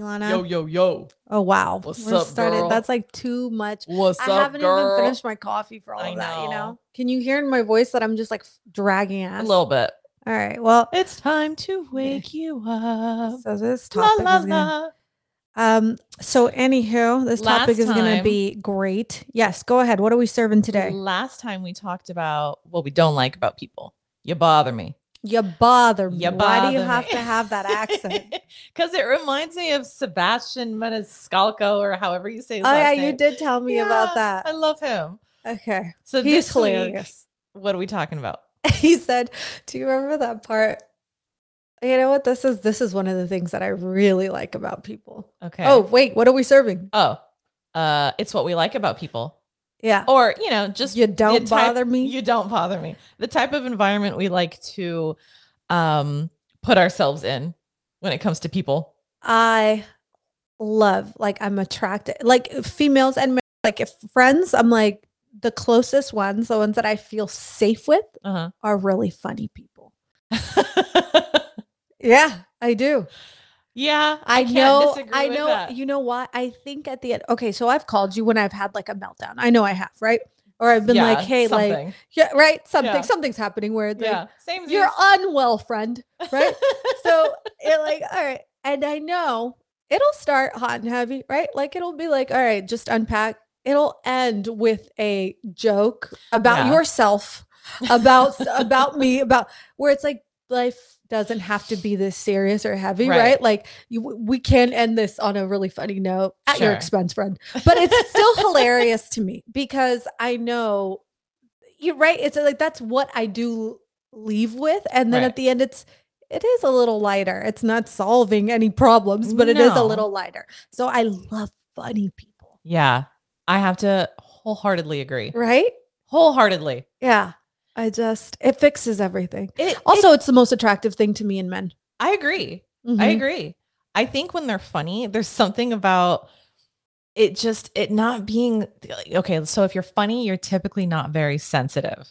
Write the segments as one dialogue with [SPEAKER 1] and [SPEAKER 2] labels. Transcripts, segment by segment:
[SPEAKER 1] yo, yo,
[SPEAKER 2] Oh wow.
[SPEAKER 1] What's
[SPEAKER 2] We're
[SPEAKER 1] up,
[SPEAKER 2] started.
[SPEAKER 1] girl?
[SPEAKER 2] That's like too much.
[SPEAKER 1] what's
[SPEAKER 2] I
[SPEAKER 1] up,
[SPEAKER 2] haven't even
[SPEAKER 1] girl?
[SPEAKER 2] finished my coffee for all
[SPEAKER 1] I
[SPEAKER 2] of that, you
[SPEAKER 1] know.
[SPEAKER 2] know? Can you hear in my voice that I'm just like f- dragging
[SPEAKER 1] A
[SPEAKER 2] ass?
[SPEAKER 1] little bit.
[SPEAKER 2] All right. Well,
[SPEAKER 1] It's time to wake you up.
[SPEAKER 2] so this
[SPEAKER 1] La
[SPEAKER 2] topic
[SPEAKER 1] la
[SPEAKER 2] is gonna,
[SPEAKER 1] la.
[SPEAKER 2] um so anywho, this topic
[SPEAKER 1] Last
[SPEAKER 2] is gonna
[SPEAKER 1] time-
[SPEAKER 2] be great. Yes, go ahead. What are we serving today?
[SPEAKER 1] Last time we talked about what we don't like about people. You bother me.
[SPEAKER 2] You bother me.
[SPEAKER 1] You
[SPEAKER 2] Why do you
[SPEAKER 1] bother
[SPEAKER 2] have
[SPEAKER 1] me.
[SPEAKER 2] to have that accent?
[SPEAKER 1] Because it reminds me of Sebastian Maniscalco or however you say his
[SPEAKER 2] oh yeah,
[SPEAKER 1] last
[SPEAKER 2] you
[SPEAKER 1] name.
[SPEAKER 2] did tell me
[SPEAKER 1] Yeah,
[SPEAKER 2] about
[SPEAKER 1] I
[SPEAKER 2] that.
[SPEAKER 1] love him.
[SPEAKER 2] Okay.
[SPEAKER 1] So
[SPEAKER 2] He's
[SPEAKER 1] this week,
[SPEAKER 2] hilarious.
[SPEAKER 1] what are we talking about?
[SPEAKER 2] he said, "Do you remember that part?" You know what this is? This is one of the things that I really like about people.
[SPEAKER 1] Okay.
[SPEAKER 2] Oh, wait, what are we serving?
[SPEAKER 1] Oh. Uh, it's what we like about people.
[SPEAKER 2] Yeah.
[SPEAKER 1] Or, you know, Oh, just
[SPEAKER 2] you don't
[SPEAKER 1] the type-
[SPEAKER 2] bother me.
[SPEAKER 1] You don't bother me. The type of environment we like to um put ourselves in when it comes to people.
[SPEAKER 2] I love like I'm attracted like females and ma- like if friends, I'm like the closest ones, the ones that I feel safe with
[SPEAKER 1] Uh-huh.
[SPEAKER 2] are really funny people. Yeah, I do.
[SPEAKER 1] yeah,
[SPEAKER 2] I,
[SPEAKER 1] can't
[SPEAKER 2] know.
[SPEAKER 1] disagree
[SPEAKER 2] I
[SPEAKER 1] with
[SPEAKER 2] know.
[SPEAKER 1] that.
[SPEAKER 2] You know what? I think at the end. Okay, so I've called you when I've had like a meltdown. I know I have, right? Or I've been like,
[SPEAKER 1] Yeah,
[SPEAKER 2] hey, like,
[SPEAKER 1] something.
[SPEAKER 2] yeah, right, something,
[SPEAKER 1] Yeah.
[SPEAKER 2] something's happening where it's
[SPEAKER 1] yeah,
[SPEAKER 2] like,
[SPEAKER 1] same.
[SPEAKER 2] you're unwell, friend, right? so it like, all right, and I know it'll start hot and heavy, right? Like it'll be like, all right, just unpack. It'll end with a joke about
[SPEAKER 1] Yeah.
[SPEAKER 2] yourself, about s- about me, about where it's like life doesn't have to be this serious or heavy, right?
[SPEAKER 1] Right.
[SPEAKER 2] Like you, we can end this on a really funny note at your
[SPEAKER 1] Sure.
[SPEAKER 2] expense, friend. But it's still hilarious to me because I know you right. It's like that's what I do leave with, and then
[SPEAKER 1] Right.
[SPEAKER 2] at the end, it's it is a little lighter. It's not solving any problems, but it is a
[SPEAKER 1] No.
[SPEAKER 2] little lighter. So I love funny people,
[SPEAKER 1] yeah, I have to wholeheartedly agree.
[SPEAKER 2] right?
[SPEAKER 1] Wholeheartedly.
[SPEAKER 2] Yeah. I just it fixes everything.
[SPEAKER 1] It
[SPEAKER 2] Also, it's the most attractive thing to me in men.
[SPEAKER 1] I agree. I
[SPEAKER 2] Mhm.
[SPEAKER 1] agree. I think when they're funny, there's something about it just it not being okay. So if you're funny, you're typically not very sensitive,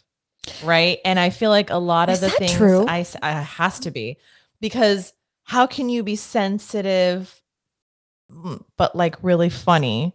[SPEAKER 1] right? And I feel like a lot
[SPEAKER 2] Is
[SPEAKER 1] of the
[SPEAKER 2] that
[SPEAKER 1] things
[SPEAKER 2] true?
[SPEAKER 1] I s- uh, has to be because how can you be sensitive mm, but like really funny?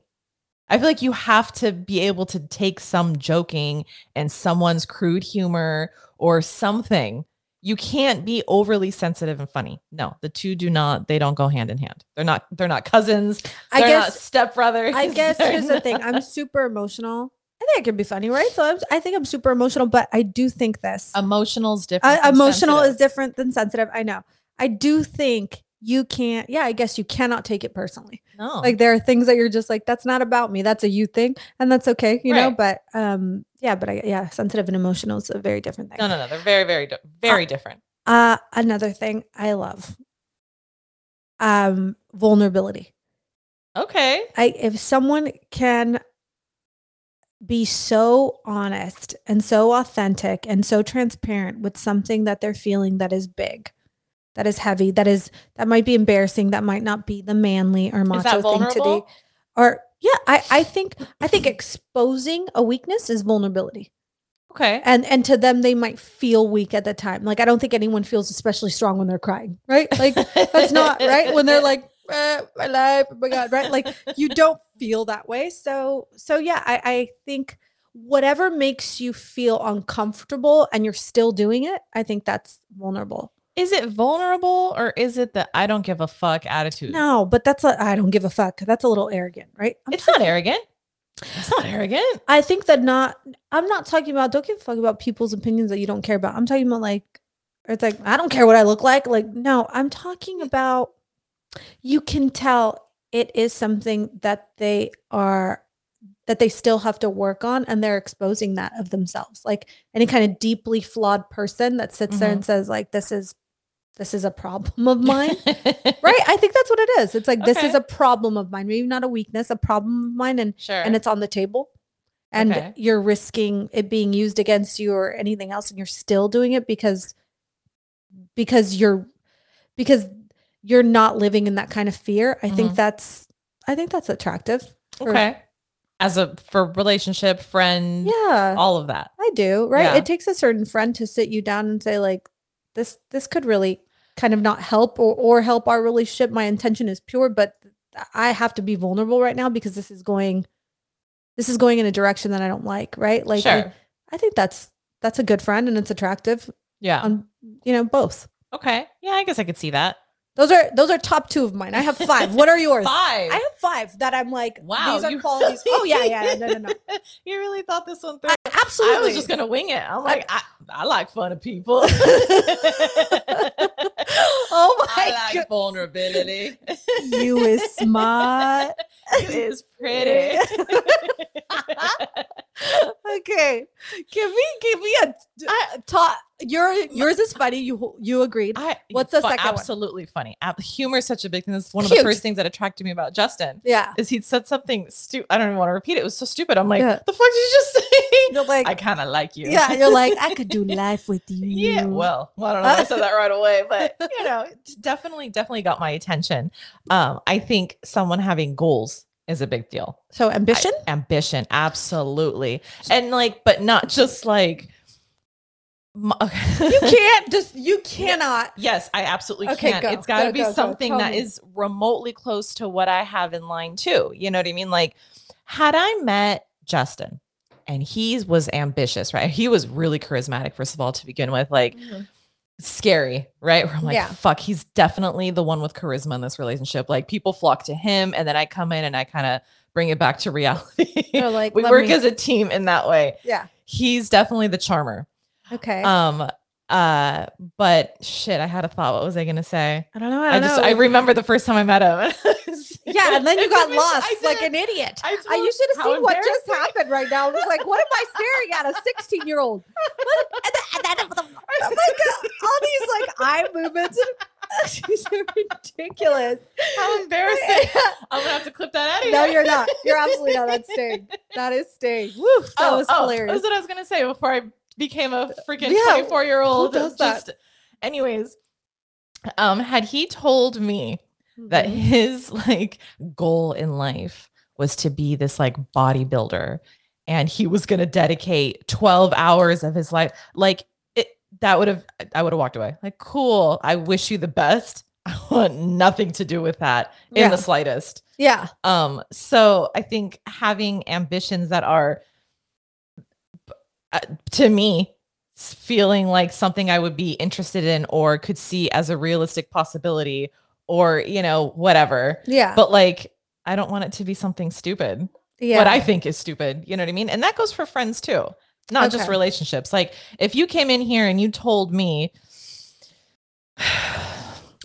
[SPEAKER 1] I feel like you have to be able to take some joking and someone's crude humor or something you can't be overly sensitive and funny. No, the two do not. They don't go hand in hand. They're not. They're not cousins.
[SPEAKER 2] I
[SPEAKER 1] they're not
[SPEAKER 2] guess
[SPEAKER 1] stepbrothers.
[SPEAKER 2] I guess
[SPEAKER 1] they're
[SPEAKER 2] here's the thing.
[SPEAKER 1] not-
[SPEAKER 2] I'm super emotional. I think I can be funny, right? So I'm, I think I'm super emotional, but I do think this.
[SPEAKER 1] Emotional's different.
[SPEAKER 2] Uh,
[SPEAKER 1] from
[SPEAKER 2] emotional is
[SPEAKER 1] sensitive.
[SPEAKER 2] different than sensitive. I know. I do think you can't. Yeah, I guess you cannot take it personally.
[SPEAKER 1] no.
[SPEAKER 2] like there are things that you're just like that's not about me that's a you thing and that's okay you know
[SPEAKER 1] Right.
[SPEAKER 2] but um yeah but I, yeah sensitive and emotional is a very different thing
[SPEAKER 1] no, no, no. They're very, very, di- very different.
[SPEAKER 2] uh another thing i love um vulnerability
[SPEAKER 1] Okay.
[SPEAKER 2] i if someone can be so honest and so authentic and so transparent with something that they're feeling that is big that is heavy that is that might be embarrassing that might not be the manly or macho
[SPEAKER 1] Is that
[SPEAKER 2] thing to do
[SPEAKER 1] vulnerable?
[SPEAKER 2] or yeah i i think i think exposing a weakness is vulnerability
[SPEAKER 1] Okay.
[SPEAKER 2] and and to them they might feel weak at the time like i don't think anyone feels especially strong when they're crying right like that's not right when they're like eh, my life oh my god right like you don't feel that way so so yeah i i think whatever makes you feel uncomfortable and you're still doing it i think that's vulnerable
[SPEAKER 1] Is it vulnerable or is it the I don't give a fuck attitude?
[SPEAKER 2] no but that's a i don't give a fuck that's a little arrogant right I'm
[SPEAKER 1] It's not arrogant. It's not arrogant.
[SPEAKER 2] I think that not I'm not talking about don't give a fuck about people's opinions that you don't care about. I'm talking about like or it's like I don't care what I look like. Like no, I'm talking about you can tell it is something that they are that they still have to work on and they're exposing that of themselves. Like any kind of deeply flawed person that sits there and says like this is this is a problem of mine right? I think that's what it is. It's like this is
[SPEAKER 1] Okay.
[SPEAKER 2] a problem of mine, maybe not a weakness, a problem of mine, and
[SPEAKER 1] Sure.
[SPEAKER 2] and it's on the table, and
[SPEAKER 1] Okay.
[SPEAKER 2] you're risking it being used against you or anything else, and you're still doing it because because you're because you're not living in that kind of fear. I think
[SPEAKER 1] Mhm.
[SPEAKER 2] that's I think that's attractive. for-
[SPEAKER 1] okay. As a for relationship, friend,
[SPEAKER 2] Yeah,
[SPEAKER 1] all of that.
[SPEAKER 2] I do. Right?
[SPEAKER 1] Mm. Yeah.
[SPEAKER 2] It takes a certain friend to sit you down and say like this this could really kind of not help or or help our relationship. My intention is pure, but I have to be vulnerable right now because this is going this is going in a direction that I don't like, right? Like I-
[SPEAKER 1] sure.
[SPEAKER 2] I think that's that's a good friend and it's attractive
[SPEAKER 1] Yeah.
[SPEAKER 2] on you know both.
[SPEAKER 1] okay. Yeah, I guess I could see that.
[SPEAKER 2] Those are those are top two of mine. I have five. What are yours?
[SPEAKER 1] Five.
[SPEAKER 2] I have five that I'm like.
[SPEAKER 1] Wow,
[SPEAKER 2] these are
[SPEAKER 1] you-
[SPEAKER 2] qualities. Oh yeah, yeah, yeah, no, no, no.
[SPEAKER 1] you really thought this one through.
[SPEAKER 2] I- absolutely.
[SPEAKER 1] I was just gonna wing it. I'm like, I, I like fun of people.
[SPEAKER 2] oh my god,
[SPEAKER 1] vulnerability.
[SPEAKER 2] you is smart.
[SPEAKER 1] it is pretty.
[SPEAKER 2] okay, can we give me a top? Your yours is funny. You you agreed.
[SPEAKER 1] I,
[SPEAKER 2] What's the
[SPEAKER 1] fu-
[SPEAKER 2] second one?
[SPEAKER 1] Absolutely funny. Ab- humor is such a big thing. That's one of
[SPEAKER 2] Huge.
[SPEAKER 1] the first things that attracted me about Justin.
[SPEAKER 2] yeah.
[SPEAKER 1] Is he said something stupid? I don't even want to repeat it. It was so stupid. I'm like,
[SPEAKER 2] Yeah.
[SPEAKER 1] the fuck did you just say?
[SPEAKER 2] You're like
[SPEAKER 1] I kind of like you.
[SPEAKER 2] yeah. You're like I could do life with you.
[SPEAKER 1] Yeah, well, well, I don't know. if I said that right away, but you know, it uh, definitely, definitely got my attention. Um, I think someone having goals is a big deal.
[SPEAKER 2] so ambition.
[SPEAKER 1] Ambition, absolutely, and like, but not just like. m-
[SPEAKER 2] you can't just you cannot.
[SPEAKER 1] Yes, I absolutely
[SPEAKER 2] Okay,
[SPEAKER 1] can.
[SPEAKER 2] go,
[SPEAKER 1] it's got to
[SPEAKER 2] go,
[SPEAKER 1] be
[SPEAKER 2] go, go.
[SPEAKER 1] something
[SPEAKER 2] Tell
[SPEAKER 1] that
[SPEAKER 2] me.
[SPEAKER 1] is remotely close to what I have in line too. You know what I mean? Like, had I met Justin, and he was ambitious, right? He was really charismatic, first of all, to begin with. Like, scary, right? Where I'm like,
[SPEAKER 2] Yeah.
[SPEAKER 1] fuck, he's definitely the one with charisma in this relationship. Like people flock to him, and then I come in and I kind of bring it back to reality.
[SPEAKER 2] They're like
[SPEAKER 1] we
[SPEAKER 2] let
[SPEAKER 1] work
[SPEAKER 2] me-
[SPEAKER 1] as a team in that way.
[SPEAKER 2] yeah.
[SPEAKER 1] He's definitely the charmer.
[SPEAKER 2] Okay.
[SPEAKER 1] Um, uh, but shit, I had a thought. What was I gonna say?
[SPEAKER 2] I don't know.
[SPEAKER 1] I, just I remember the first time I met him.
[SPEAKER 2] yeah, and then you
[SPEAKER 1] It's
[SPEAKER 2] got
[SPEAKER 1] amazing.
[SPEAKER 2] lost
[SPEAKER 1] I
[SPEAKER 2] like
[SPEAKER 1] did.
[SPEAKER 2] an idiot.
[SPEAKER 1] I
[SPEAKER 2] I,
[SPEAKER 1] told-
[SPEAKER 2] you should have
[SPEAKER 1] how
[SPEAKER 2] seen what just
[SPEAKER 1] embarrassing.
[SPEAKER 2] happened right now. I was like, what am I staring at? A 16 year old. What- and then- and then- Oh my God. All these like eye movements. She's ridiculous.
[SPEAKER 1] How embarrassing! I'm gonna have to clip that out of
[SPEAKER 2] no,
[SPEAKER 1] here.
[SPEAKER 2] you're not. You're absolutely not. That's staying. That is staying. Woo, that
[SPEAKER 1] oh,
[SPEAKER 2] was
[SPEAKER 1] oh,
[SPEAKER 2] hilarious. Uh,
[SPEAKER 1] That's what I was gonna say before I became a freaking
[SPEAKER 2] Yeah,
[SPEAKER 1] twenty four year old.
[SPEAKER 2] who does that?
[SPEAKER 1] anyways, um, had he told me that
[SPEAKER 2] Mhm.
[SPEAKER 1] his like goal in life was to be this like bodybuilder, and he was gonna dedicate twelve hours of his life, like it, that would have I would have walked away. Like, cool. I wish you the best. I want nothing to do with that in
[SPEAKER 2] yeah.
[SPEAKER 1] the slightest.
[SPEAKER 2] Mm-hmm. yeah.
[SPEAKER 1] Um, so I think having ambitions that are b- uh, to me s- feeling like something I would be interested in or could see as a realistic possibility or you know whatever.
[SPEAKER 2] Yeah.
[SPEAKER 1] But like I don't want it to be something stupid.
[SPEAKER 2] yeah.
[SPEAKER 1] What I think is stupid, you know what I mean? And that goes for friends too. Not just
[SPEAKER 2] Okay.
[SPEAKER 1] relationships. Like if you came in here and you told me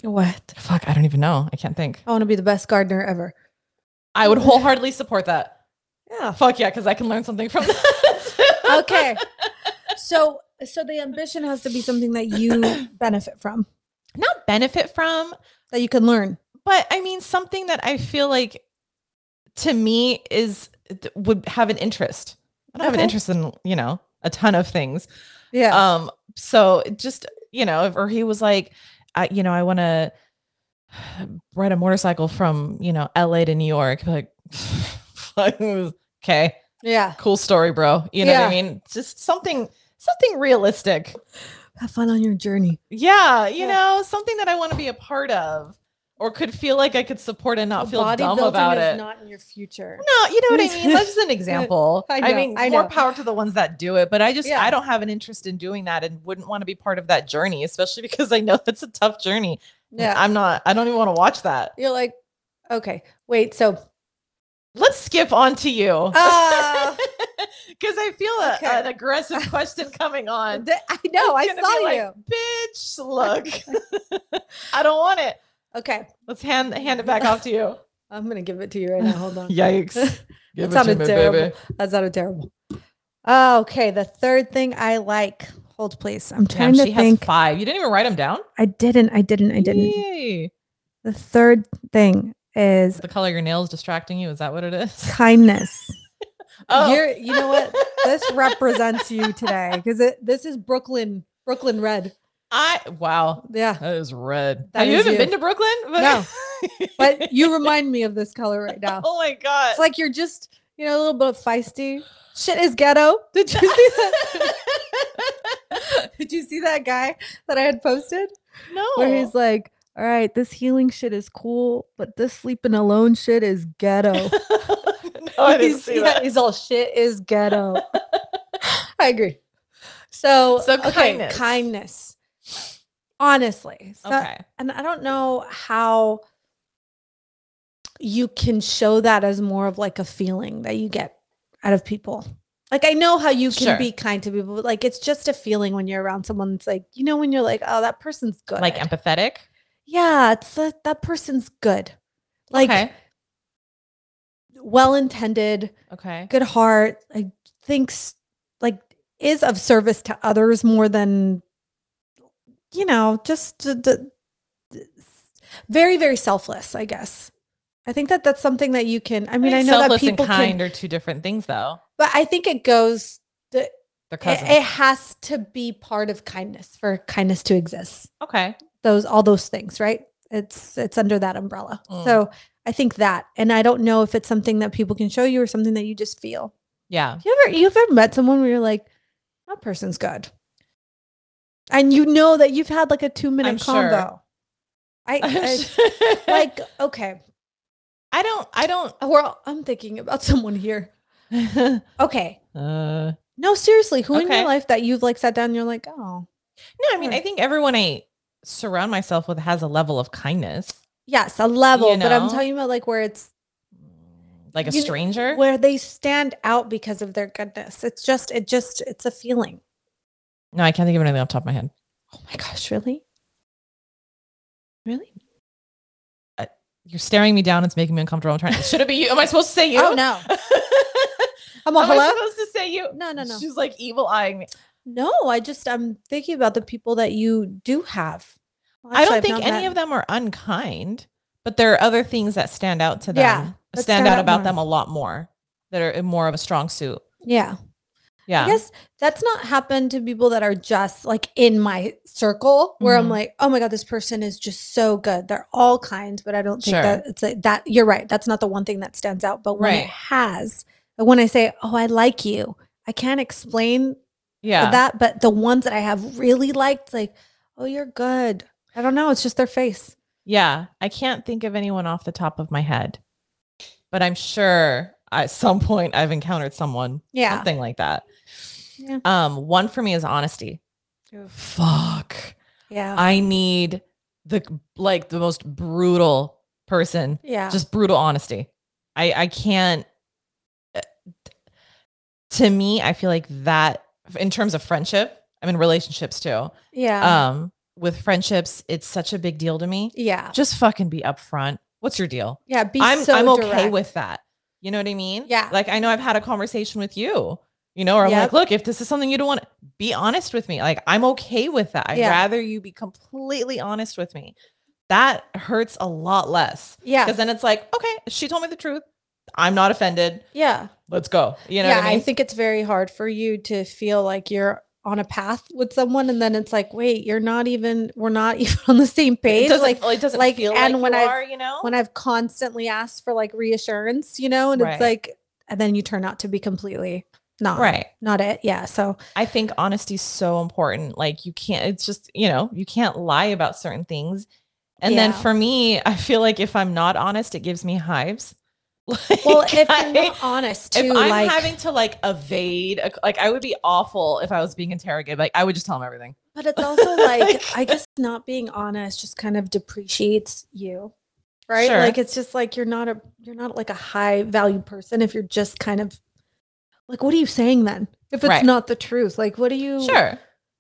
[SPEAKER 2] what?
[SPEAKER 1] fuck, I don't even know. I can't think.
[SPEAKER 2] I want to be the best gardener ever.
[SPEAKER 1] I would wholeheartedly support that.
[SPEAKER 2] Mm-hmm. Yeah.
[SPEAKER 1] Fuck yeah, because I can learn something from that.
[SPEAKER 2] Okay. so so the ambition has to be something that you benefit from,
[SPEAKER 1] Not benefit from,
[SPEAKER 2] that you can learn.
[SPEAKER 1] but I mean something that I feel like to me is th- would have an interest. I don't have an
[SPEAKER 2] Okay.
[SPEAKER 1] interest in, you know, a ton of things.
[SPEAKER 2] Yeah.
[SPEAKER 1] Um, so it just, you know, if, or he was like, I, you know, I want to ride a motorcycle from, you know, LA to New York. Like, okay,
[SPEAKER 2] yeah.
[SPEAKER 1] cool story, bro. You know what I
[SPEAKER 2] Yeah.
[SPEAKER 1] mean? Just something, something realistic.
[SPEAKER 2] Have fun on your journey.
[SPEAKER 1] Yeah, you
[SPEAKER 2] Yeah.
[SPEAKER 1] know, something that I want to be a part of or could feel like I could support and not feel dumb
[SPEAKER 2] Bodybuilding
[SPEAKER 1] about
[SPEAKER 2] is
[SPEAKER 1] it.
[SPEAKER 2] not in your future.
[SPEAKER 1] no, you know what I mean? That's just an example.
[SPEAKER 2] I
[SPEAKER 1] I,
[SPEAKER 2] know,
[SPEAKER 1] mean,
[SPEAKER 2] I
[SPEAKER 1] more
[SPEAKER 2] know.
[SPEAKER 1] power to the ones that do it, but I just
[SPEAKER 2] Yeah.
[SPEAKER 1] I don't have an interest in doing that and wouldn't want to be part of that journey, especially because I know it's a tough journey.
[SPEAKER 2] Yeah.
[SPEAKER 1] I'm not I don't even want to watch that.
[SPEAKER 2] You're like, okay, wait. So,
[SPEAKER 1] Let's skip on to you.
[SPEAKER 2] uh,
[SPEAKER 1] Because I feel a,
[SPEAKER 2] okay.
[SPEAKER 1] an aggressive question coming on.
[SPEAKER 2] th- I know, I
[SPEAKER 1] It's gonna be
[SPEAKER 2] saw
[SPEAKER 1] like,
[SPEAKER 2] you.
[SPEAKER 1] Bitch, look. I don't want it.
[SPEAKER 2] Okay,
[SPEAKER 1] Let's hand hand it back off to you.
[SPEAKER 2] I'm gonna give it to you right now. Hold on.
[SPEAKER 1] Yikes.
[SPEAKER 2] Give it to sounded me, terrible. baby. That sounded terrible. Ah, Okay, the third thing I like. Hold please. I'm trying
[SPEAKER 1] Damn, she
[SPEAKER 2] to think.
[SPEAKER 1] has five. You didn't even write them down?
[SPEAKER 2] I didn't. I didn't. I didn't.
[SPEAKER 1] Yay.
[SPEAKER 2] The third thing
[SPEAKER 1] Is
[SPEAKER 2] is
[SPEAKER 1] the color of your nails distracting you? Is that what it is?
[SPEAKER 2] kindness.
[SPEAKER 1] Oh.
[SPEAKER 2] You're, you know what? this represents you today because it this is Brooklyn Brooklyn red.
[SPEAKER 1] I wow.
[SPEAKER 2] Yeah,
[SPEAKER 1] That is red.
[SPEAKER 2] That
[SPEAKER 1] have you
[SPEAKER 2] is
[SPEAKER 1] even
[SPEAKER 2] you.
[SPEAKER 1] been to Brooklyn?
[SPEAKER 2] No. but you remind me of this color right now.
[SPEAKER 1] oh my god.
[SPEAKER 2] It's like you're just you know a little bit feisty. Shit is ghetto. Did you see that? Did you see that guy that I had posted
[SPEAKER 1] no.
[SPEAKER 2] where he's like, all right, this healing shit is cool, but this sleeping alone shit is ghetto.
[SPEAKER 1] no, I didn't
[SPEAKER 2] he's,
[SPEAKER 1] see
[SPEAKER 2] yeah,
[SPEAKER 1] that.
[SPEAKER 2] he's all shit is ghetto. I agree. So,
[SPEAKER 1] So
[SPEAKER 2] okay,
[SPEAKER 1] kindness.
[SPEAKER 2] kindness. Honestly. So,
[SPEAKER 1] Okay.
[SPEAKER 2] And I don't know how you can show that as more of like a feeling that you get out of people. Like I know how you can
[SPEAKER 1] Sure.
[SPEAKER 2] be kind to people, but like it's just a feeling when you're around someone. It's like, you know, when you're like, oh, that person's good.
[SPEAKER 1] Like empathetic.
[SPEAKER 2] yeah, it's like that person's good. Like
[SPEAKER 1] okay.
[SPEAKER 2] well intended,
[SPEAKER 1] Okay.
[SPEAKER 2] good heart, like thinks like is of service to others more than you know, just d- d- d- very very selfless, I guess. I think that that's something that you can. I mean, I,
[SPEAKER 1] think
[SPEAKER 2] know that
[SPEAKER 1] selfless
[SPEAKER 2] people
[SPEAKER 1] and kind
[SPEAKER 2] can,
[SPEAKER 1] are two different things, though.
[SPEAKER 2] but I think it goes.
[SPEAKER 1] They're
[SPEAKER 2] It,
[SPEAKER 1] cousins.
[SPEAKER 2] it has to be part of kindness for kindness to exist.
[SPEAKER 1] okay.
[SPEAKER 2] Those all those things, right? It's it's under that umbrella.
[SPEAKER 1] Mm.
[SPEAKER 2] So I think that, and I don't know if it's something that people can show you or something that you just feel.
[SPEAKER 1] Yeah.
[SPEAKER 2] You ever you've ever met someone where you're like, that person's good. And you know that you've had like a two minute
[SPEAKER 1] I'm sure.
[SPEAKER 2] convo. I, I
[SPEAKER 1] like
[SPEAKER 2] like okay.
[SPEAKER 1] I don't. I don't.
[SPEAKER 2] We're all, I'm thinking about someone here. Okay.
[SPEAKER 1] uh,
[SPEAKER 2] No, seriously, who in
[SPEAKER 1] Okay.
[SPEAKER 2] your life that you've like sat down and you're like, oh.
[SPEAKER 1] no, I mean, I
[SPEAKER 2] Sure.
[SPEAKER 1] think everyone I surround myself with has a level of kindness,
[SPEAKER 2] Yes, a level,
[SPEAKER 1] You
[SPEAKER 2] but I'm
[SPEAKER 1] know?
[SPEAKER 2] talking about like where it's
[SPEAKER 1] like a
[SPEAKER 2] You-
[SPEAKER 1] stranger.
[SPEAKER 2] where they stand out because of their goodness. It's just it just it's a feeling.
[SPEAKER 1] no, I can't think of anything off the top of my head.
[SPEAKER 2] Oh my gosh, really? Really?
[SPEAKER 1] You're staring me down. It's making me uncomfortable. I'm trying. Should it be you? Am I supposed to say you? Oh
[SPEAKER 2] Oh no. I'm all
[SPEAKER 1] Am I
[SPEAKER 2] hello?
[SPEAKER 1] supposed to say you?
[SPEAKER 2] No, no, no.
[SPEAKER 1] She's like evil eyeing me.
[SPEAKER 2] No, I just I'm thinking about the people that you do have.
[SPEAKER 1] I don't think any of them are unkind, but there are other things that stand out to them.
[SPEAKER 2] Yeah, that
[SPEAKER 1] stand, out, about them a lot more. That are more of a strong suit.
[SPEAKER 2] Yeah.
[SPEAKER 1] Yeah.
[SPEAKER 2] I guess that's not happened to people that are just like in my circle where
[SPEAKER 1] Mhm.
[SPEAKER 2] I'm like, oh my god, this person is just so good. They're all kind, but I don't think
[SPEAKER 1] Sure.
[SPEAKER 2] that it's like that. You're right. That's not the one thing that stands out. But when
[SPEAKER 1] Right.
[SPEAKER 2] it has, when I say, oh, I like you, I can't explain
[SPEAKER 1] yeah.
[SPEAKER 2] that. But the ones that I have really liked, like, oh, you're good. I don't know. It's just their face.
[SPEAKER 1] Yeah, I can't think of anyone off the top of my head, but I'm sure at some point I've encountered someone,
[SPEAKER 2] Yeah.
[SPEAKER 1] something like that.
[SPEAKER 2] Yeah.
[SPEAKER 1] Um, one for me is honesty. Fuck,
[SPEAKER 2] Yeah.
[SPEAKER 1] I need the like the most brutal person,
[SPEAKER 2] yeah.
[SPEAKER 1] just brutal honesty. I I can't. eh, To me, I feel like that in terms of friendship. I'm in relationships too.
[SPEAKER 2] yeah.
[SPEAKER 1] Um, with friendships, it's such a big deal to me
[SPEAKER 2] Yeah.
[SPEAKER 1] just fucking be upfront. What's your deal?
[SPEAKER 2] Yeah. Be
[SPEAKER 1] I'm
[SPEAKER 2] so
[SPEAKER 1] I'm okay
[SPEAKER 2] direct.
[SPEAKER 1] with that. You know what I mean?
[SPEAKER 2] Yeah.
[SPEAKER 1] Like I know I've had a conversation with you. You know, or I'm like,
[SPEAKER 2] Yep.
[SPEAKER 1] look, if this is something you don't want, be honest with me. Like I'm okay with that. I'd
[SPEAKER 2] Yeah.
[SPEAKER 1] rather you be completely honest with me. That hurts a lot less
[SPEAKER 2] Yeah.
[SPEAKER 1] because then it's like, okay, she told me the truth. I'm not offended.
[SPEAKER 2] Yeah.
[SPEAKER 1] Let's go. You know
[SPEAKER 2] yeah.
[SPEAKER 1] what I
[SPEAKER 2] I,
[SPEAKER 1] mean?
[SPEAKER 2] think it's very hard for you to feel like you're on a path with someone and then it's like, wait, you're not even we're not even on the same
[SPEAKER 1] it
[SPEAKER 2] page.
[SPEAKER 1] doesn't,
[SPEAKER 2] Like
[SPEAKER 1] well, it doesn't
[SPEAKER 2] like,
[SPEAKER 1] feel
[SPEAKER 2] and
[SPEAKER 1] like
[SPEAKER 2] when
[SPEAKER 1] you
[SPEAKER 2] I've-
[SPEAKER 1] are, you know?
[SPEAKER 2] when I've constantly asked for like reassurance, you know, and
[SPEAKER 1] Right.
[SPEAKER 2] it's like and then you turn out to be completely not
[SPEAKER 1] right.
[SPEAKER 2] not it. Yeah. So
[SPEAKER 1] I think honesty's so important. Like you can't it's just, you know, you can't lie about certain things. And then
[SPEAKER 2] Yeah.
[SPEAKER 1] for me, I feel like if I'm not honest, it gives me hives. Like,
[SPEAKER 2] well if
[SPEAKER 1] I-
[SPEAKER 2] you're not honest
[SPEAKER 1] if
[SPEAKER 2] too,
[SPEAKER 1] I'm
[SPEAKER 2] like
[SPEAKER 1] having to like evade, a- like I would be awful if I was being interrogated. Like I would just tell him everything.
[SPEAKER 2] but it's also like
[SPEAKER 1] Like-
[SPEAKER 2] I guess not being honest just kind of depreciates you. right
[SPEAKER 1] Sure.
[SPEAKER 2] like it's just like you're not a you're not like a high value person if you're just kind of like what are you saying then if it's
[SPEAKER 1] Right.
[SPEAKER 2] not the truth like what are you
[SPEAKER 1] sure.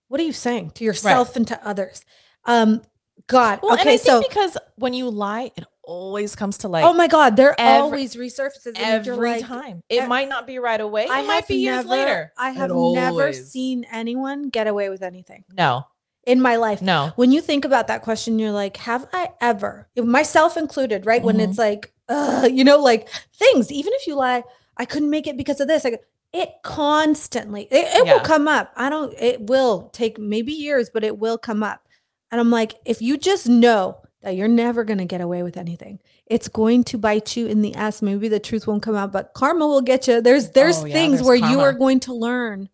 [SPEAKER 2] what are you saying to yourself and to others um god
[SPEAKER 1] Well, and I
[SPEAKER 2] okay
[SPEAKER 1] think
[SPEAKER 2] so
[SPEAKER 1] because when you lie, it always comes to light.
[SPEAKER 2] oh my god there
[SPEAKER 1] every-
[SPEAKER 2] always resurfaces and
[SPEAKER 1] every
[SPEAKER 2] you're like,
[SPEAKER 1] time. It
[SPEAKER 2] ev-
[SPEAKER 1] might not be right away.
[SPEAKER 2] I
[SPEAKER 1] it might
[SPEAKER 2] have
[SPEAKER 1] be years
[SPEAKER 2] never-
[SPEAKER 1] later.
[SPEAKER 2] i have never
[SPEAKER 1] always-
[SPEAKER 2] seen anyone get away with anything
[SPEAKER 1] No,
[SPEAKER 2] in my life
[SPEAKER 1] no.
[SPEAKER 2] when you think about that question, you're like, have I ever, myself included, right? When
[SPEAKER 1] Mhm.
[SPEAKER 2] it's like, uh, you know, like things, even if you lie, I couldn't make it because of this. Like, it constantly, it, it will
[SPEAKER 1] Yeah.
[SPEAKER 2] come up. I don't, it will take maybe years, but it will come up. And I'm like, if you just know that you're never going to get away with anything, it's going to bite you in the ass. Maybe the truth won't come out, but karma will get you. There's, there's
[SPEAKER 1] Oh, yeah,
[SPEAKER 2] things
[SPEAKER 1] there's
[SPEAKER 2] where you
[SPEAKER 1] karma.
[SPEAKER 2] are going to learn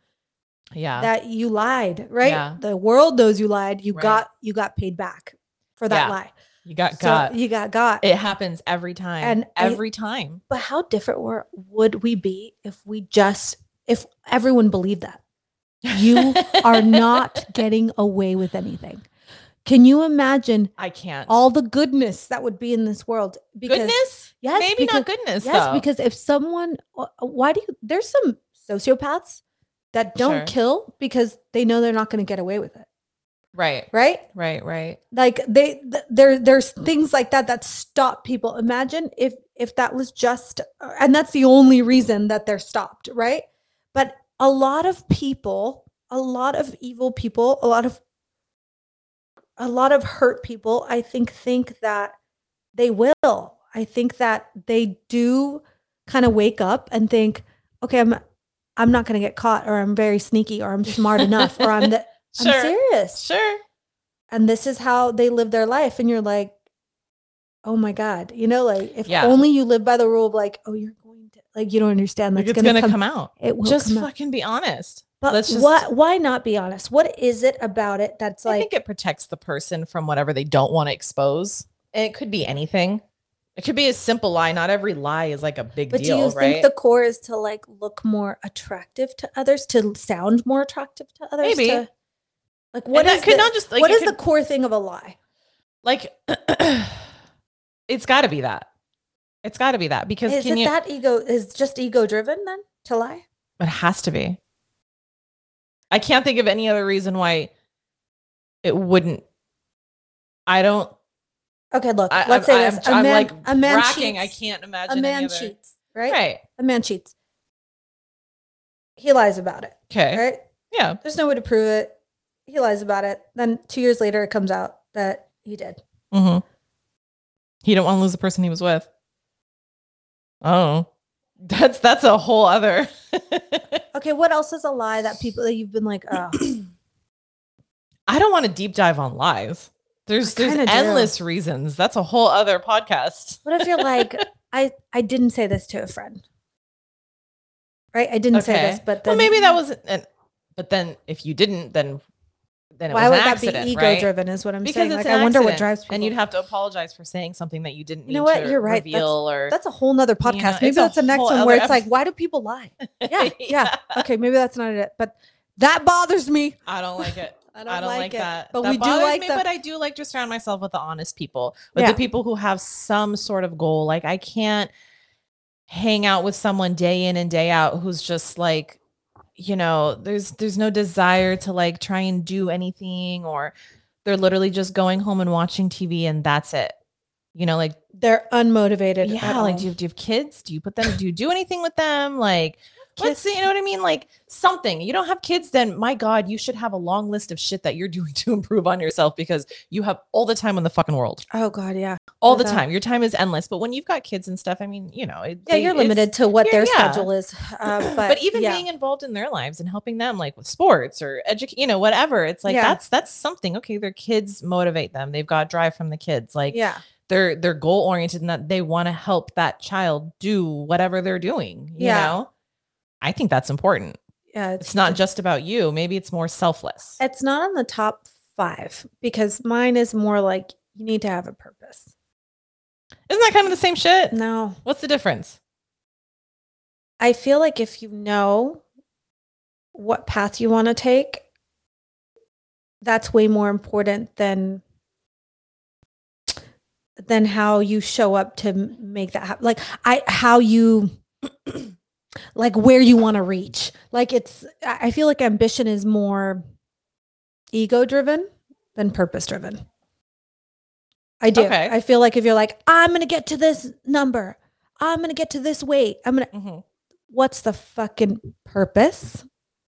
[SPEAKER 1] Yeah.
[SPEAKER 2] that you lied, right?
[SPEAKER 1] Yeah.
[SPEAKER 2] The world knows you lied. You
[SPEAKER 1] Right.
[SPEAKER 2] got you got paid back for that
[SPEAKER 1] Yeah.
[SPEAKER 2] lie.
[SPEAKER 1] You got
[SPEAKER 2] So
[SPEAKER 1] got.
[SPEAKER 2] You got got.
[SPEAKER 1] It happens every time.
[SPEAKER 2] And I-
[SPEAKER 1] every time.
[SPEAKER 2] but how different were, would we be if we just if everyone believed that You are not getting away with anything? Can you imagine
[SPEAKER 1] I can't.
[SPEAKER 2] all the goodness that would be in this world?
[SPEAKER 1] goodness?
[SPEAKER 2] yes,
[SPEAKER 1] Maybe
[SPEAKER 2] because-
[SPEAKER 1] not goodness.
[SPEAKER 2] Yes,
[SPEAKER 1] though.
[SPEAKER 2] because if someone, wh- why do you? There's some sociopaths that don't
[SPEAKER 1] Sure.
[SPEAKER 2] kill because they know they're not going to get away with it,
[SPEAKER 1] Right.
[SPEAKER 2] right?
[SPEAKER 1] Right. Right.
[SPEAKER 2] Like they, th- there, there's things like that that stop people. Imagine if if that was just, and that's the only reason that they're stopped, right? But a lot of people, a lot of evil people, a lot of a lot of hurt people, I think, think that they will. I think that they do kind of wake up and think, okay, I'm I'm not gonna get caught, or I'm very sneaky, or I'm smart enough, or I'm the
[SPEAKER 1] Sure.
[SPEAKER 2] I'm serious.
[SPEAKER 1] Sure.
[SPEAKER 2] And this is how they live their life. And you're like, oh my God. You know, like if
[SPEAKER 1] Yeah.
[SPEAKER 2] only you live by the rule of like, oh, you're going to like you don't understand
[SPEAKER 1] Like
[SPEAKER 2] that's
[SPEAKER 1] it's
[SPEAKER 2] gonna,
[SPEAKER 1] gonna,
[SPEAKER 2] come,
[SPEAKER 1] come, out.
[SPEAKER 2] It will
[SPEAKER 1] Just
[SPEAKER 2] come out.
[SPEAKER 1] fucking be honest.
[SPEAKER 2] But
[SPEAKER 1] let's just-
[SPEAKER 2] what why not be honest? What is it about it that's
[SPEAKER 1] I
[SPEAKER 2] like
[SPEAKER 1] think it protects the person from whatever they don't want to expose. And it could be anything. It could be a simple lie. Not every lie is like a big
[SPEAKER 2] But
[SPEAKER 1] deal,
[SPEAKER 2] do you
[SPEAKER 1] right?
[SPEAKER 2] think the core is to like look more attractive to others, to sound more attractive to others?
[SPEAKER 1] Maybe.
[SPEAKER 2] to- like what
[SPEAKER 1] and
[SPEAKER 2] is
[SPEAKER 1] that could
[SPEAKER 2] the,
[SPEAKER 1] not just like
[SPEAKER 2] what
[SPEAKER 1] it
[SPEAKER 2] is
[SPEAKER 1] could-
[SPEAKER 2] the core thing of a lie?
[SPEAKER 1] like it's got to be that it's got to be that because
[SPEAKER 2] Is
[SPEAKER 1] can
[SPEAKER 2] it
[SPEAKER 1] you
[SPEAKER 2] that ego is just ego driven then to lie?
[SPEAKER 1] it has to be i can't think of any other reason why it wouldn't i don't
[SPEAKER 2] Okay, look,
[SPEAKER 1] I,
[SPEAKER 2] let's
[SPEAKER 1] I,
[SPEAKER 2] say
[SPEAKER 1] I'm,
[SPEAKER 2] this.
[SPEAKER 1] I'm
[SPEAKER 2] a man,
[SPEAKER 1] like
[SPEAKER 2] a man
[SPEAKER 1] racking i
[SPEAKER 2] cheats.
[SPEAKER 1] can't imagine
[SPEAKER 2] a man
[SPEAKER 1] any other
[SPEAKER 2] cheats, right?
[SPEAKER 1] right
[SPEAKER 2] A man cheats. He lies about it,
[SPEAKER 1] okay
[SPEAKER 2] right?
[SPEAKER 1] yeah
[SPEAKER 2] There's no way to prove it. He lies about it. Then two years later, it comes out that he did.
[SPEAKER 1] hmm he didn't want to lose the person he was with oh that's that's a whole other
[SPEAKER 2] Okay, what else is a lie that people that you've been like, oh,
[SPEAKER 1] I don't want to deep dive on lies. There's there's
[SPEAKER 2] kinda do.
[SPEAKER 1] endless reasons. That's a whole other podcast.
[SPEAKER 2] What if you're like, I I didn't say this to a friend, right? I didn't say this,
[SPEAKER 1] Okay.
[SPEAKER 2] but
[SPEAKER 1] Well,
[SPEAKER 2] then
[SPEAKER 1] maybe that wasn't. An, but then if you didn't, then then it
[SPEAKER 2] why
[SPEAKER 1] was
[SPEAKER 2] would
[SPEAKER 1] an
[SPEAKER 2] that
[SPEAKER 1] accident,
[SPEAKER 2] be ego
[SPEAKER 1] right?
[SPEAKER 2] driven? Is what I'm
[SPEAKER 1] Because
[SPEAKER 2] saying.
[SPEAKER 1] it's
[SPEAKER 2] Like,
[SPEAKER 1] an
[SPEAKER 2] I wonder what
[SPEAKER 1] accident,
[SPEAKER 2] drives people.
[SPEAKER 1] And you'd have to apologize for saying something that you didn't.
[SPEAKER 2] You know
[SPEAKER 1] mean
[SPEAKER 2] what?
[SPEAKER 1] to
[SPEAKER 2] You're right. That's-
[SPEAKER 1] Reveal or
[SPEAKER 2] that's a whole nother podcast.
[SPEAKER 1] know,
[SPEAKER 2] maybe
[SPEAKER 1] it's a
[SPEAKER 2] that's the next
[SPEAKER 1] whole
[SPEAKER 2] one where
[SPEAKER 1] other
[SPEAKER 2] it's like,
[SPEAKER 1] episode.
[SPEAKER 2] why do people lie? Yeah, yeah. Okay, maybe that's not it, but that bothers me.
[SPEAKER 1] I don't like it.
[SPEAKER 2] I
[SPEAKER 1] I
[SPEAKER 2] don't,
[SPEAKER 1] don't, like,
[SPEAKER 2] it.
[SPEAKER 1] that.
[SPEAKER 2] But
[SPEAKER 1] That
[SPEAKER 2] we do
[SPEAKER 1] bothers
[SPEAKER 2] like
[SPEAKER 1] me,
[SPEAKER 2] that.
[SPEAKER 1] But I do like to surround myself with the honest people, with
[SPEAKER 2] Yeah.
[SPEAKER 1] the people who have some sort of goal. Like I can't hang out with someone day in and day out who's just like, you know, there's there's no desire to like try and do anything, or they're literally just going home and watching TV and that's it. You know, like
[SPEAKER 2] They're unmotivated. at
[SPEAKER 1] yeah, like
[SPEAKER 2] all.
[SPEAKER 1] do you, do you have kids? Do you put them? Do you do anything with them? Like. Let's
[SPEAKER 2] Kiss.
[SPEAKER 1] you know what I mean? Like something. You don't have kids, then my God, you should have a long list of shit that you're doing to improve on yourself because you have all the time in the fucking world.
[SPEAKER 2] Oh God, yeah,
[SPEAKER 1] All
[SPEAKER 2] No
[SPEAKER 1] the
[SPEAKER 2] doubt.
[SPEAKER 1] time. Your time is endless. But when you've got kids and stuff, I mean, you know, it,
[SPEAKER 2] yeah.
[SPEAKER 1] they-
[SPEAKER 2] You're
[SPEAKER 1] it's-
[SPEAKER 2] limited to what
[SPEAKER 1] yeah,
[SPEAKER 2] their
[SPEAKER 1] yeah.
[SPEAKER 2] schedule is, uh, but,
[SPEAKER 1] but, even
[SPEAKER 2] yeah.
[SPEAKER 1] being involved in their lives and helping them like with sports or educate you know whatever it's like
[SPEAKER 2] Yeah.
[SPEAKER 1] that's that's something okay their kids motivate them they've got drive from the kids like
[SPEAKER 2] yeah,
[SPEAKER 1] they're they're goal oriented and that they want to help that child do whatever they're doing you
[SPEAKER 2] Yeah.
[SPEAKER 1] know i think that's important
[SPEAKER 2] yeah.
[SPEAKER 1] it's not just about you. Maybe it's more selfless.
[SPEAKER 2] It's not on the top five because mine is more like you need to have a purpose.
[SPEAKER 1] Isn't that kind of the same shit?
[SPEAKER 2] No,
[SPEAKER 1] What's the difference?
[SPEAKER 2] I feel like if you know what path you want to take, that's way more important than than how you show up to m- make that happen. Like I, how you, like where you want to reach. Like it's, I I feel like ambition is more ego driven than purpose driven. I do.
[SPEAKER 1] Okay.
[SPEAKER 2] I feel like if you're like, I'm gonna get to this number, I'm gonna get to this weight, I'm gonna
[SPEAKER 1] Mhm.
[SPEAKER 2] what's the fucking purpose?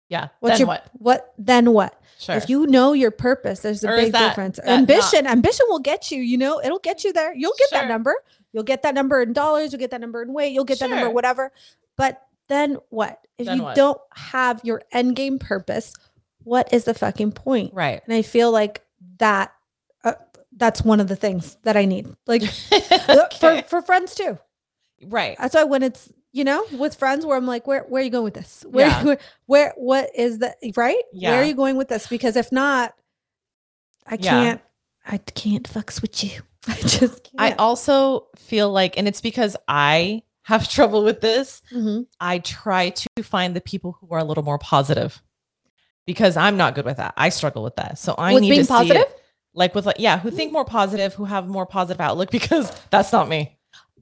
[SPEAKER 1] Yeah.
[SPEAKER 2] What's
[SPEAKER 1] then
[SPEAKER 2] your
[SPEAKER 1] what?
[SPEAKER 2] then what?
[SPEAKER 1] Sure.
[SPEAKER 2] If you know your purpose, there's a
[SPEAKER 1] Or is
[SPEAKER 2] big
[SPEAKER 1] that-
[SPEAKER 2] difference.
[SPEAKER 1] that
[SPEAKER 2] ambition, ambition will get you, you know, it'll get you there. You'll get that
[SPEAKER 1] Sure.
[SPEAKER 2] number. You'll get that number in dollars, you'll get that number in weight, you'll get that number
[SPEAKER 1] Sure.
[SPEAKER 2] whatever. But then what? If
[SPEAKER 1] Then
[SPEAKER 2] you
[SPEAKER 1] what?
[SPEAKER 2] don't have your end game purpose, what is the fucking point?
[SPEAKER 1] right.
[SPEAKER 2] And I feel like that uh, that's one of the things that I need. Like for
[SPEAKER 1] Okay.
[SPEAKER 2] for friends too.
[SPEAKER 1] right.
[SPEAKER 2] That's why when it's you know with friends where I'm like, where where are you going with this? Where
[SPEAKER 1] Yeah.
[SPEAKER 2] where, where what is the right? Where
[SPEAKER 1] Yeah.
[SPEAKER 2] are you going with this? Because if not, I
[SPEAKER 1] Yeah.
[SPEAKER 2] can't I can't fucks with you. I just can't.
[SPEAKER 1] I also feel like, and it's because I have trouble with this,
[SPEAKER 2] Mhm.
[SPEAKER 1] I try to find the people who are a little more positive because I'm not good with that. I struggle with that. So I
[SPEAKER 2] With
[SPEAKER 1] need
[SPEAKER 2] being
[SPEAKER 1] to see
[SPEAKER 2] positive?
[SPEAKER 1] it, like with like yeah, who think more positive, who have more positive outlook because that's not me.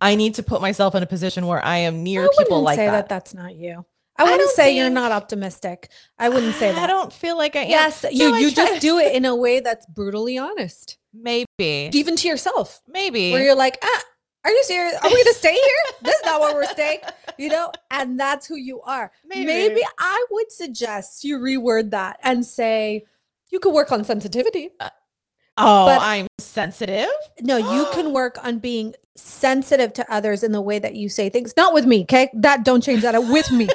[SPEAKER 1] I need to put myself in a position where I am
[SPEAKER 2] I
[SPEAKER 1] near
[SPEAKER 2] wouldn't
[SPEAKER 1] people like
[SPEAKER 2] say
[SPEAKER 1] that.
[SPEAKER 2] That's not you. I
[SPEAKER 1] I
[SPEAKER 2] wouldn't
[SPEAKER 1] don't
[SPEAKER 2] say you're
[SPEAKER 1] think-
[SPEAKER 2] not optimistic. I wouldn't say that.
[SPEAKER 1] I don't feel like I am.
[SPEAKER 2] yes, you
[SPEAKER 1] No, I
[SPEAKER 2] you
[SPEAKER 1] try-
[SPEAKER 2] just do it in a way that's brutally honest,
[SPEAKER 1] Maybe.
[SPEAKER 2] even to yourself, where
[SPEAKER 1] Maybe.
[SPEAKER 2] you're like, ah, are you serious? Are we gonna stay here? This is not where we're staying, you know. And that's who you are. Maybe. I would suggest you reword that and say you could work on sensitivity.
[SPEAKER 1] Oh,
[SPEAKER 2] but-
[SPEAKER 1] I'm sensitive.
[SPEAKER 2] No, you can work on being sensitive to others in the way that you say things. Not with me, okay? That don't change that out with me.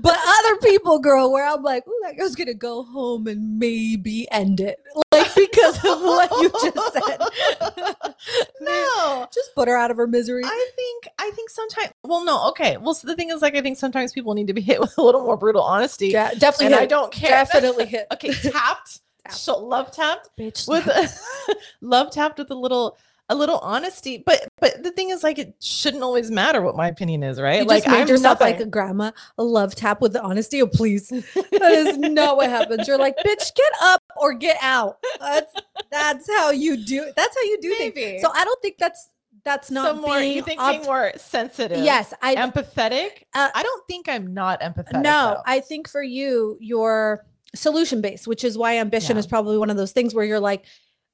[SPEAKER 2] but other people, girl, where I'm like, oh, that girl's gonna go home and maybe end it. Like because of what you just said.
[SPEAKER 1] no.
[SPEAKER 2] just put her out of her misery.
[SPEAKER 1] I think I think sometimes well no okay well so the thing is like I think sometimes people need to be hit with a little more brutal honesty
[SPEAKER 2] yeah, definitely
[SPEAKER 1] and I
[SPEAKER 2] hit.
[SPEAKER 1] don't care
[SPEAKER 2] definitely hit.
[SPEAKER 1] okay tapped
[SPEAKER 2] Tap.
[SPEAKER 1] so love tapped
[SPEAKER 2] Bitch.
[SPEAKER 1] with love tapped with a little a little honesty but but the thing is like it shouldn't always matter what my opinion is right
[SPEAKER 2] you
[SPEAKER 1] like
[SPEAKER 2] just made
[SPEAKER 1] I'm
[SPEAKER 2] yourself like a
[SPEAKER 1] nothing.
[SPEAKER 2] grandma, a love tap with the honesty of please. That is not what happens. You're like, bitch, get up or get out. That's that's how you do. That's how you do
[SPEAKER 1] Maybe.
[SPEAKER 2] things. So I don't think that's that's not
[SPEAKER 1] Some more
[SPEAKER 2] being
[SPEAKER 1] you think
[SPEAKER 2] opt-
[SPEAKER 1] being more sensitive
[SPEAKER 2] Yes, I
[SPEAKER 1] empathetic
[SPEAKER 2] Uh,
[SPEAKER 1] I don't think I'm not empathetic
[SPEAKER 2] no.
[SPEAKER 1] though.
[SPEAKER 2] I think for you, you're solution based, which is why ambition
[SPEAKER 1] Yeah.
[SPEAKER 2] is probably one of those things where you're like,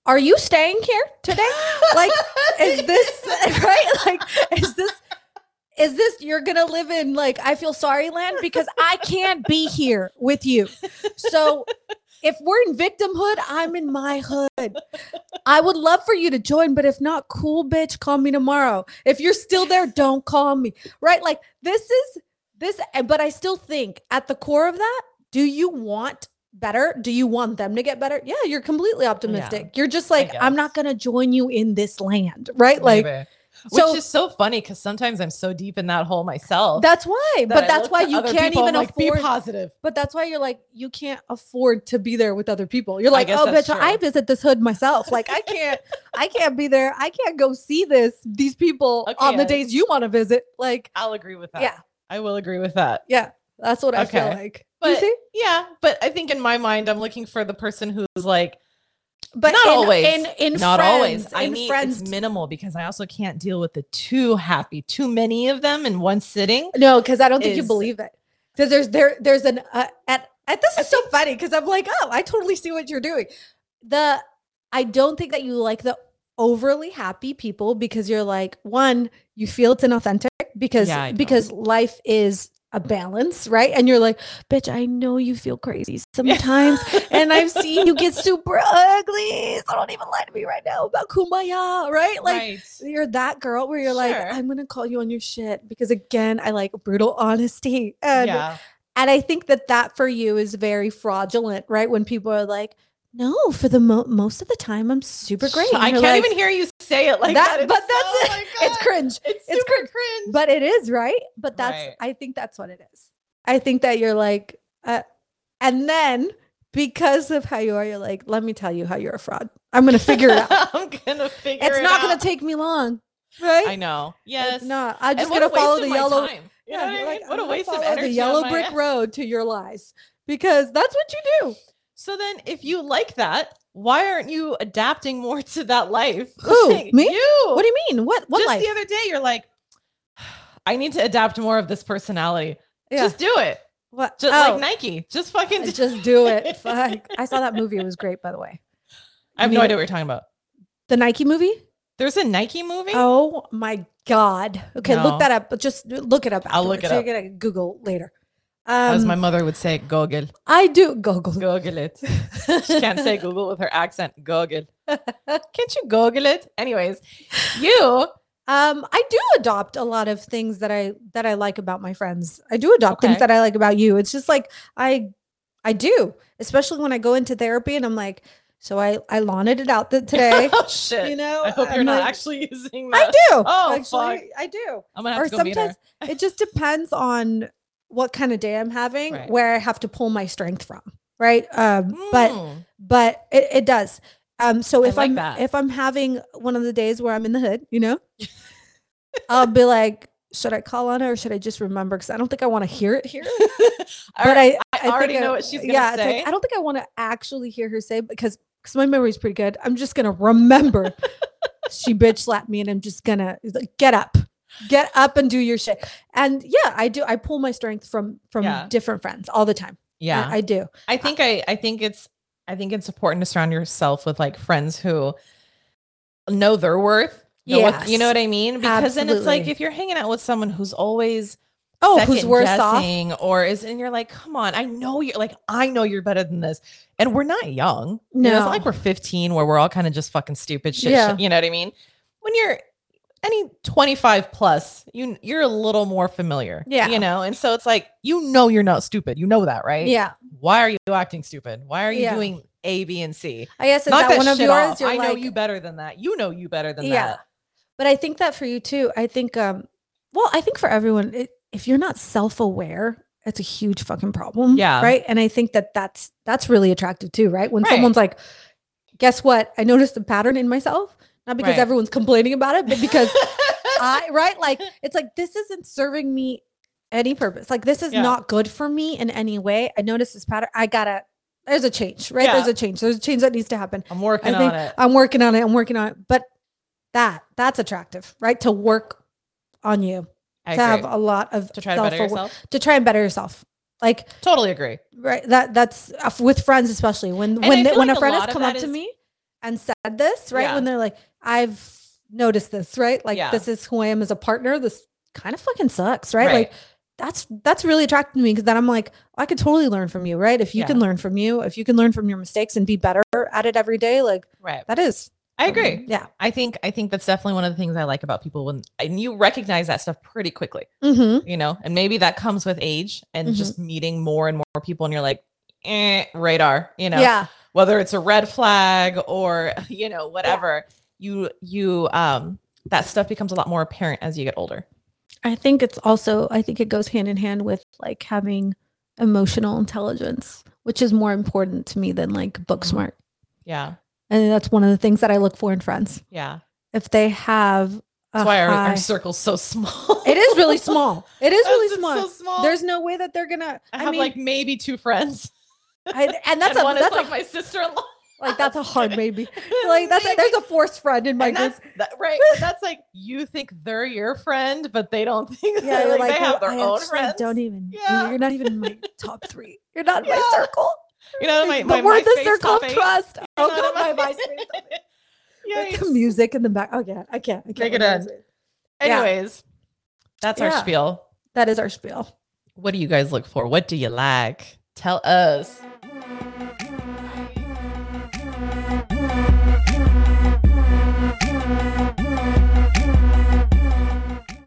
[SPEAKER 2] are you staying here today? Like, is this right? Like, is this? Is this you're gonna live in like I feel sorry land because I can't be here with you. So if we're in victimhood, I'm in my hood. I would love for you to join, but if not, cool bitch, call me tomorrow. If you're still there, don't call me. Right? Like this is this, and- but I still think at the core of that, do you want better? Do you want them to get better? Yeah, you're completely optimistic. You're just like, I'm not
[SPEAKER 1] guess.
[SPEAKER 2] gonna join you in this land, right? Like
[SPEAKER 1] Maybe.
[SPEAKER 2] so-
[SPEAKER 1] which is so funny because sometimes I'm so deep in that hole myself.
[SPEAKER 2] that's why.
[SPEAKER 1] that
[SPEAKER 2] but
[SPEAKER 1] I
[SPEAKER 2] that's
[SPEAKER 1] look
[SPEAKER 2] why
[SPEAKER 1] to
[SPEAKER 2] you
[SPEAKER 1] other
[SPEAKER 2] can't
[SPEAKER 1] people, I'm
[SPEAKER 2] even
[SPEAKER 1] like,
[SPEAKER 2] afford
[SPEAKER 1] be positive.
[SPEAKER 2] But that's why you're like, you can't afford to be there with other people. You're like,
[SPEAKER 1] guess
[SPEAKER 2] oh, bitch,
[SPEAKER 1] that's
[SPEAKER 2] I
[SPEAKER 1] true.
[SPEAKER 2] visit this hood myself. Like, I can't, I can't be there. I can't go see this, these people
[SPEAKER 1] Okay,
[SPEAKER 2] on the
[SPEAKER 1] I-
[SPEAKER 2] days you want to visit. Like,
[SPEAKER 1] I'll agree with that.
[SPEAKER 2] yeah,
[SPEAKER 1] I will agree with that.
[SPEAKER 2] yeah, that's what I feel
[SPEAKER 1] Okay.
[SPEAKER 2] like. you
[SPEAKER 1] But-
[SPEAKER 2] see?
[SPEAKER 1] Yeah, but I think in my mind, I'm looking for the person who's like
[SPEAKER 2] But
[SPEAKER 1] not
[SPEAKER 2] in,
[SPEAKER 1] always,
[SPEAKER 2] in, in
[SPEAKER 1] not always.
[SPEAKER 2] friends-
[SPEAKER 1] I
[SPEAKER 2] in
[SPEAKER 1] need
[SPEAKER 2] friends.
[SPEAKER 1] it's minimal because I also can't deal with the too happy, too many of them in one sitting.
[SPEAKER 2] No, because I don't think you
[SPEAKER 1] is-
[SPEAKER 2] believe it. Because there's there there's an uh, at, at this is so funny because I'm like, oh, I totally see what you're doing. The I don't think that you like the overly happy people because you're like one, you feel it's inauthentic because
[SPEAKER 1] Yeah, I don't.
[SPEAKER 2] because life is a balance, right? And you're like, bitch, I know you feel crazy sometimes, and I've seen you get super ugly. So don't even lie to me right now about kumbaya, right? Like
[SPEAKER 1] right.
[SPEAKER 2] you're that girl where you're like,
[SPEAKER 1] Sure.
[SPEAKER 2] I'm gonna call you on your shit because again, I like brutal honesty, and
[SPEAKER 1] yeah.
[SPEAKER 2] and I think that that for you is very fraudulent, right? When people are like, no, for the mo- most of the time, I'm super great.
[SPEAKER 1] I
[SPEAKER 2] and you're
[SPEAKER 1] can't
[SPEAKER 2] like,
[SPEAKER 1] even hear you say it like
[SPEAKER 2] That-
[SPEAKER 1] that.
[SPEAKER 2] but
[SPEAKER 1] It's
[SPEAKER 2] that's
[SPEAKER 1] so- oh my
[SPEAKER 2] It's
[SPEAKER 1] God.
[SPEAKER 2] cringe,
[SPEAKER 1] It's,
[SPEAKER 2] It's
[SPEAKER 1] super cringe.
[SPEAKER 2] but it is right. But that's
[SPEAKER 1] Right.
[SPEAKER 2] I think that's what it is. I think that you're like, uh, and then because of how you are, you're like, let me tell you how you're a fraud. I'm gonna figure it out.
[SPEAKER 1] I'm gonna figure
[SPEAKER 2] it's
[SPEAKER 1] it
[SPEAKER 2] not
[SPEAKER 1] out.
[SPEAKER 2] gonna take me long, right?
[SPEAKER 1] I know. Yes.
[SPEAKER 2] It's not. I'm just
[SPEAKER 1] And what
[SPEAKER 2] gonna
[SPEAKER 1] a waste
[SPEAKER 2] follow
[SPEAKER 1] of
[SPEAKER 2] the
[SPEAKER 1] my
[SPEAKER 2] yellow.
[SPEAKER 1] time. You know what I
[SPEAKER 2] you're like,
[SPEAKER 1] mean? what
[SPEAKER 2] "I'm
[SPEAKER 1] a
[SPEAKER 2] gonna
[SPEAKER 1] waste of
[SPEAKER 2] follow
[SPEAKER 1] energy.
[SPEAKER 2] The
[SPEAKER 1] on
[SPEAKER 2] yellow
[SPEAKER 1] my
[SPEAKER 2] brick
[SPEAKER 1] end."
[SPEAKER 2] road to your lies, because that's what you do.
[SPEAKER 1] So then, if you like that, why aren't you adapting more to that life?
[SPEAKER 2] Who,
[SPEAKER 1] Like,
[SPEAKER 2] me?
[SPEAKER 1] You.
[SPEAKER 2] What do you mean? What? What
[SPEAKER 1] Just
[SPEAKER 2] life?
[SPEAKER 1] the other day, you're like, I need to adapt more of this personality.
[SPEAKER 2] yeah.
[SPEAKER 1] Just do it.
[SPEAKER 2] what?
[SPEAKER 1] Just
[SPEAKER 2] oh,
[SPEAKER 1] like Nike. Just fucking. do-
[SPEAKER 2] just do it. Fuck. I saw that movie. It was great, by the way.
[SPEAKER 1] I have
[SPEAKER 2] mean-
[SPEAKER 1] no idea what you're talking about.
[SPEAKER 2] The Nike movie.
[SPEAKER 1] There's a Nike movie.
[SPEAKER 2] Oh my god. Okay, look
[SPEAKER 1] No.
[SPEAKER 2] that up. But just look it up.
[SPEAKER 1] I'll look
[SPEAKER 2] afterwards.
[SPEAKER 1] it
[SPEAKER 2] You're
[SPEAKER 1] up.
[SPEAKER 2] gonna Google later.
[SPEAKER 1] As
[SPEAKER 2] Um,
[SPEAKER 1] my mother would say, Google.
[SPEAKER 2] I do Google.
[SPEAKER 1] Google it. she can't say Google with her accent. Google. Can't you Google it? Anyways, you.
[SPEAKER 2] Um, I do adopt a lot of things that I that I like about my friends. I do adopt things
[SPEAKER 1] Okay.
[SPEAKER 2] that I like about you. It's just like I I do, especially when I go into therapy and I'm like, so I I launted it out that today.
[SPEAKER 1] oh, shit.
[SPEAKER 2] you know,
[SPEAKER 1] I hope
[SPEAKER 2] I'm
[SPEAKER 1] you're not
[SPEAKER 2] like-
[SPEAKER 1] actually using
[SPEAKER 2] I
[SPEAKER 1] that.
[SPEAKER 2] do.
[SPEAKER 1] Oh,
[SPEAKER 2] actually,
[SPEAKER 1] fuck.
[SPEAKER 2] I do.
[SPEAKER 1] I'm gonna have
[SPEAKER 2] Or
[SPEAKER 1] to go meet her.
[SPEAKER 2] sometimes it just depends on what kind of day I'm having,
[SPEAKER 1] Right. Hmm.
[SPEAKER 2] where I have to pull my strength from, right? Um, but
[SPEAKER 1] Mm.
[SPEAKER 2] but it, it does Um, so
[SPEAKER 1] I
[SPEAKER 2] if
[SPEAKER 1] like
[SPEAKER 2] I'm
[SPEAKER 1] that.
[SPEAKER 2] if I'm having one of the days where I'm in the hood, you know, I'll be like, should I call on her or should I just remember? Because I don't think I want to hear it here. but I,
[SPEAKER 1] I already
[SPEAKER 2] think
[SPEAKER 1] know what she's gonna
[SPEAKER 2] yeah, it's
[SPEAKER 1] say.
[SPEAKER 2] like, I don't think I want to actually hear her say because because my memory's pretty good. I'm just gonna remember she bitch slapped me, and I'm just gonna it's like, get up, get up and do your shit. And yeah, I do. I pull my strength from from
[SPEAKER 1] Yeah.
[SPEAKER 2] different friends all the time. I-
[SPEAKER 1] yeah.
[SPEAKER 2] I, do.
[SPEAKER 1] I think I I think it's I think it's important to surround yourself with like friends who know their worth. Know what, you know
[SPEAKER 2] Yes.
[SPEAKER 1] what I mean? Because then it's like
[SPEAKER 2] Absolutely.
[SPEAKER 1] if you're hanging out with someone who's always
[SPEAKER 2] Oh, who's worse off?
[SPEAKER 1] second-guessing or is and you're like, come on, I know you're like I know you're better than this. And we're not young. You know, it's not like
[SPEAKER 2] No.
[SPEAKER 1] we're 15 where we're all kind of just fucking stupid shit, shit,
[SPEAKER 2] Yeah.
[SPEAKER 1] You know what I mean? When you're any 25 plus, you you're a little more familiar.
[SPEAKER 2] Yeah.
[SPEAKER 1] You know, and so it's like you know you're not stupid. You know that, right?
[SPEAKER 2] Yeah,
[SPEAKER 1] why are you acting stupid? Why are you
[SPEAKER 2] Yeah.
[SPEAKER 1] doing A, B, and C?
[SPEAKER 2] I guess is
[SPEAKER 1] Knock
[SPEAKER 2] that, one of
[SPEAKER 1] shit
[SPEAKER 2] yours?
[SPEAKER 1] off.
[SPEAKER 2] You're
[SPEAKER 1] I know
[SPEAKER 2] like,
[SPEAKER 1] you better than that. You know you better than
[SPEAKER 2] Yeah.
[SPEAKER 1] that.
[SPEAKER 2] But I think that for you too. I think, um, well, I think for everyone, it, if you're not self-aware, it's a huge fucking problem.
[SPEAKER 1] Yeah.
[SPEAKER 2] Right. And I think that that's that's really attractive too. Right. When
[SPEAKER 1] Right.
[SPEAKER 2] someone's like, guess what? I noticed a pattern in myself. Not because
[SPEAKER 1] Right.
[SPEAKER 2] everyone's complaining about it, but because I right like it's like this isn't serving me any purpose. Like this is
[SPEAKER 1] Yeah.
[SPEAKER 2] not good for me in any way. I noticed this pattern. I gotta. There's a change. Right.
[SPEAKER 1] Yeah.
[SPEAKER 2] There's a change. There's a change that needs to happen.
[SPEAKER 1] I'm working
[SPEAKER 2] I think-
[SPEAKER 1] on it.
[SPEAKER 2] I'm working on it. I'm working on it. But that that's attractive, right? To work on you,
[SPEAKER 1] I
[SPEAKER 2] to
[SPEAKER 1] agree.
[SPEAKER 2] have a lot of
[SPEAKER 1] to try to better
[SPEAKER 2] self-aware-
[SPEAKER 1] yourself.
[SPEAKER 2] to try and better yourself. Like
[SPEAKER 1] Totally agree.
[SPEAKER 2] right, that that's uh, with friends especially when
[SPEAKER 1] I
[SPEAKER 2] when the,
[SPEAKER 1] feel
[SPEAKER 2] when
[SPEAKER 1] like
[SPEAKER 2] a
[SPEAKER 1] a
[SPEAKER 2] friend
[SPEAKER 1] lot
[SPEAKER 2] has
[SPEAKER 1] of
[SPEAKER 2] come up
[SPEAKER 1] that
[SPEAKER 2] to
[SPEAKER 1] is-
[SPEAKER 2] me and said this, right?
[SPEAKER 1] Yeah.
[SPEAKER 2] When they're like, I've noticed this, right? Like
[SPEAKER 1] Yeah.
[SPEAKER 2] this is who I am as a partner. This kind of fucking sucks, right?
[SPEAKER 1] Right.
[SPEAKER 2] Like that's that's really attractive to me because then I'm like, I could totally learn from you, right? If you
[SPEAKER 1] Yeah.
[SPEAKER 2] can learn from you, if you can learn from your mistakes and be better at it every day, like
[SPEAKER 1] Right.
[SPEAKER 2] that is
[SPEAKER 1] I agree.
[SPEAKER 2] Yeah.
[SPEAKER 1] I think I think that's definitely one of the things I like about people when and you recognize that stuff pretty quickly,
[SPEAKER 2] Mm-hmm.
[SPEAKER 1] you know, and maybe that comes with age and
[SPEAKER 2] Mhm.
[SPEAKER 1] just meeting more and more people and you're like, eh, radar, you know.
[SPEAKER 2] Yeah.
[SPEAKER 1] whether it's a red flag or you know whatever you you um that stuff becomes a lot more apparent as you get older
[SPEAKER 2] I think it's also, I think it goes hand in hand with like having emotional intelligence, which is more important to me than like book
[SPEAKER 1] Mhm.
[SPEAKER 2] smart.
[SPEAKER 1] yeah
[SPEAKER 2] And that's one of the things that I look for in friends.
[SPEAKER 1] yeah
[SPEAKER 2] If they have, a
[SPEAKER 1] that's why our,
[SPEAKER 2] high-
[SPEAKER 1] our circle's so small
[SPEAKER 2] Uh-huh. it is really small. It is
[SPEAKER 1] Us,
[SPEAKER 2] really small.
[SPEAKER 1] so small
[SPEAKER 2] There's no way that they're gonna.
[SPEAKER 1] i
[SPEAKER 2] I,
[SPEAKER 1] have
[SPEAKER 2] mean,
[SPEAKER 1] like maybe two friends
[SPEAKER 2] I, and that's
[SPEAKER 1] and
[SPEAKER 2] a
[SPEAKER 1] one
[SPEAKER 2] that's
[SPEAKER 1] is like
[SPEAKER 2] a,
[SPEAKER 1] my sister-in-law
[SPEAKER 2] like that's a hard maybe. Like that's a, there's a forced friend in my
[SPEAKER 1] And
[SPEAKER 2] group.
[SPEAKER 1] that's that, right but that's like you think they're your friend but they don't think
[SPEAKER 2] Yeah,
[SPEAKER 1] yeah
[SPEAKER 2] you're
[SPEAKER 1] like, they
[SPEAKER 2] "Well,
[SPEAKER 1] have their
[SPEAKER 2] I
[SPEAKER 1] own
[SPEAKER 2] actually
[SPEAKER 1] friends
[SPEAKER 2] Don't even.
[SPEAKER 1] Yeah.
[SPEAKER 2] You're not even in my top three. You're not in my
[SPEAKER 1] Yeah.
[SPEAKER 2] circle.
[SPEAKER 1] you know my,
[SPEAKER 2] But
[SPEAKER 1] my
[SPEAKER 2] we're the
[SPEAKER 1] MySpace
[SPEAKER 2] circle
[SPEAKER 1] top
[SPEAKER 2] of
[SPEAKER 1] eight.
[SPEAKER 2] trust. Oh
[SPEAKER 1] You're not
[SPEAKER 2] god,
[SPEAKER 1] in
[SPEAKER 2] my
[SPEAKER 1] my-
[SPEAKER 2] MySpace. top eight. With the
[SPEAKER 1] Yikes.
[SPEAKER 2] music in the back. Oh yeah, I can't. I can't
[SPEAKER 1] Make it
[SPEAKER 2] with
[SPEAKER 1] end.
[SPEAKER 2] MySpace. Yeah.
[SPEAKER 1] anyways that's our
[SPEAKER 2] Yeah.
[SPEAKER 1] spiel
[SPEAKER 2] That is our spiel.
[SPEAKER 1] What do you guys look for? What do you like? Tell us.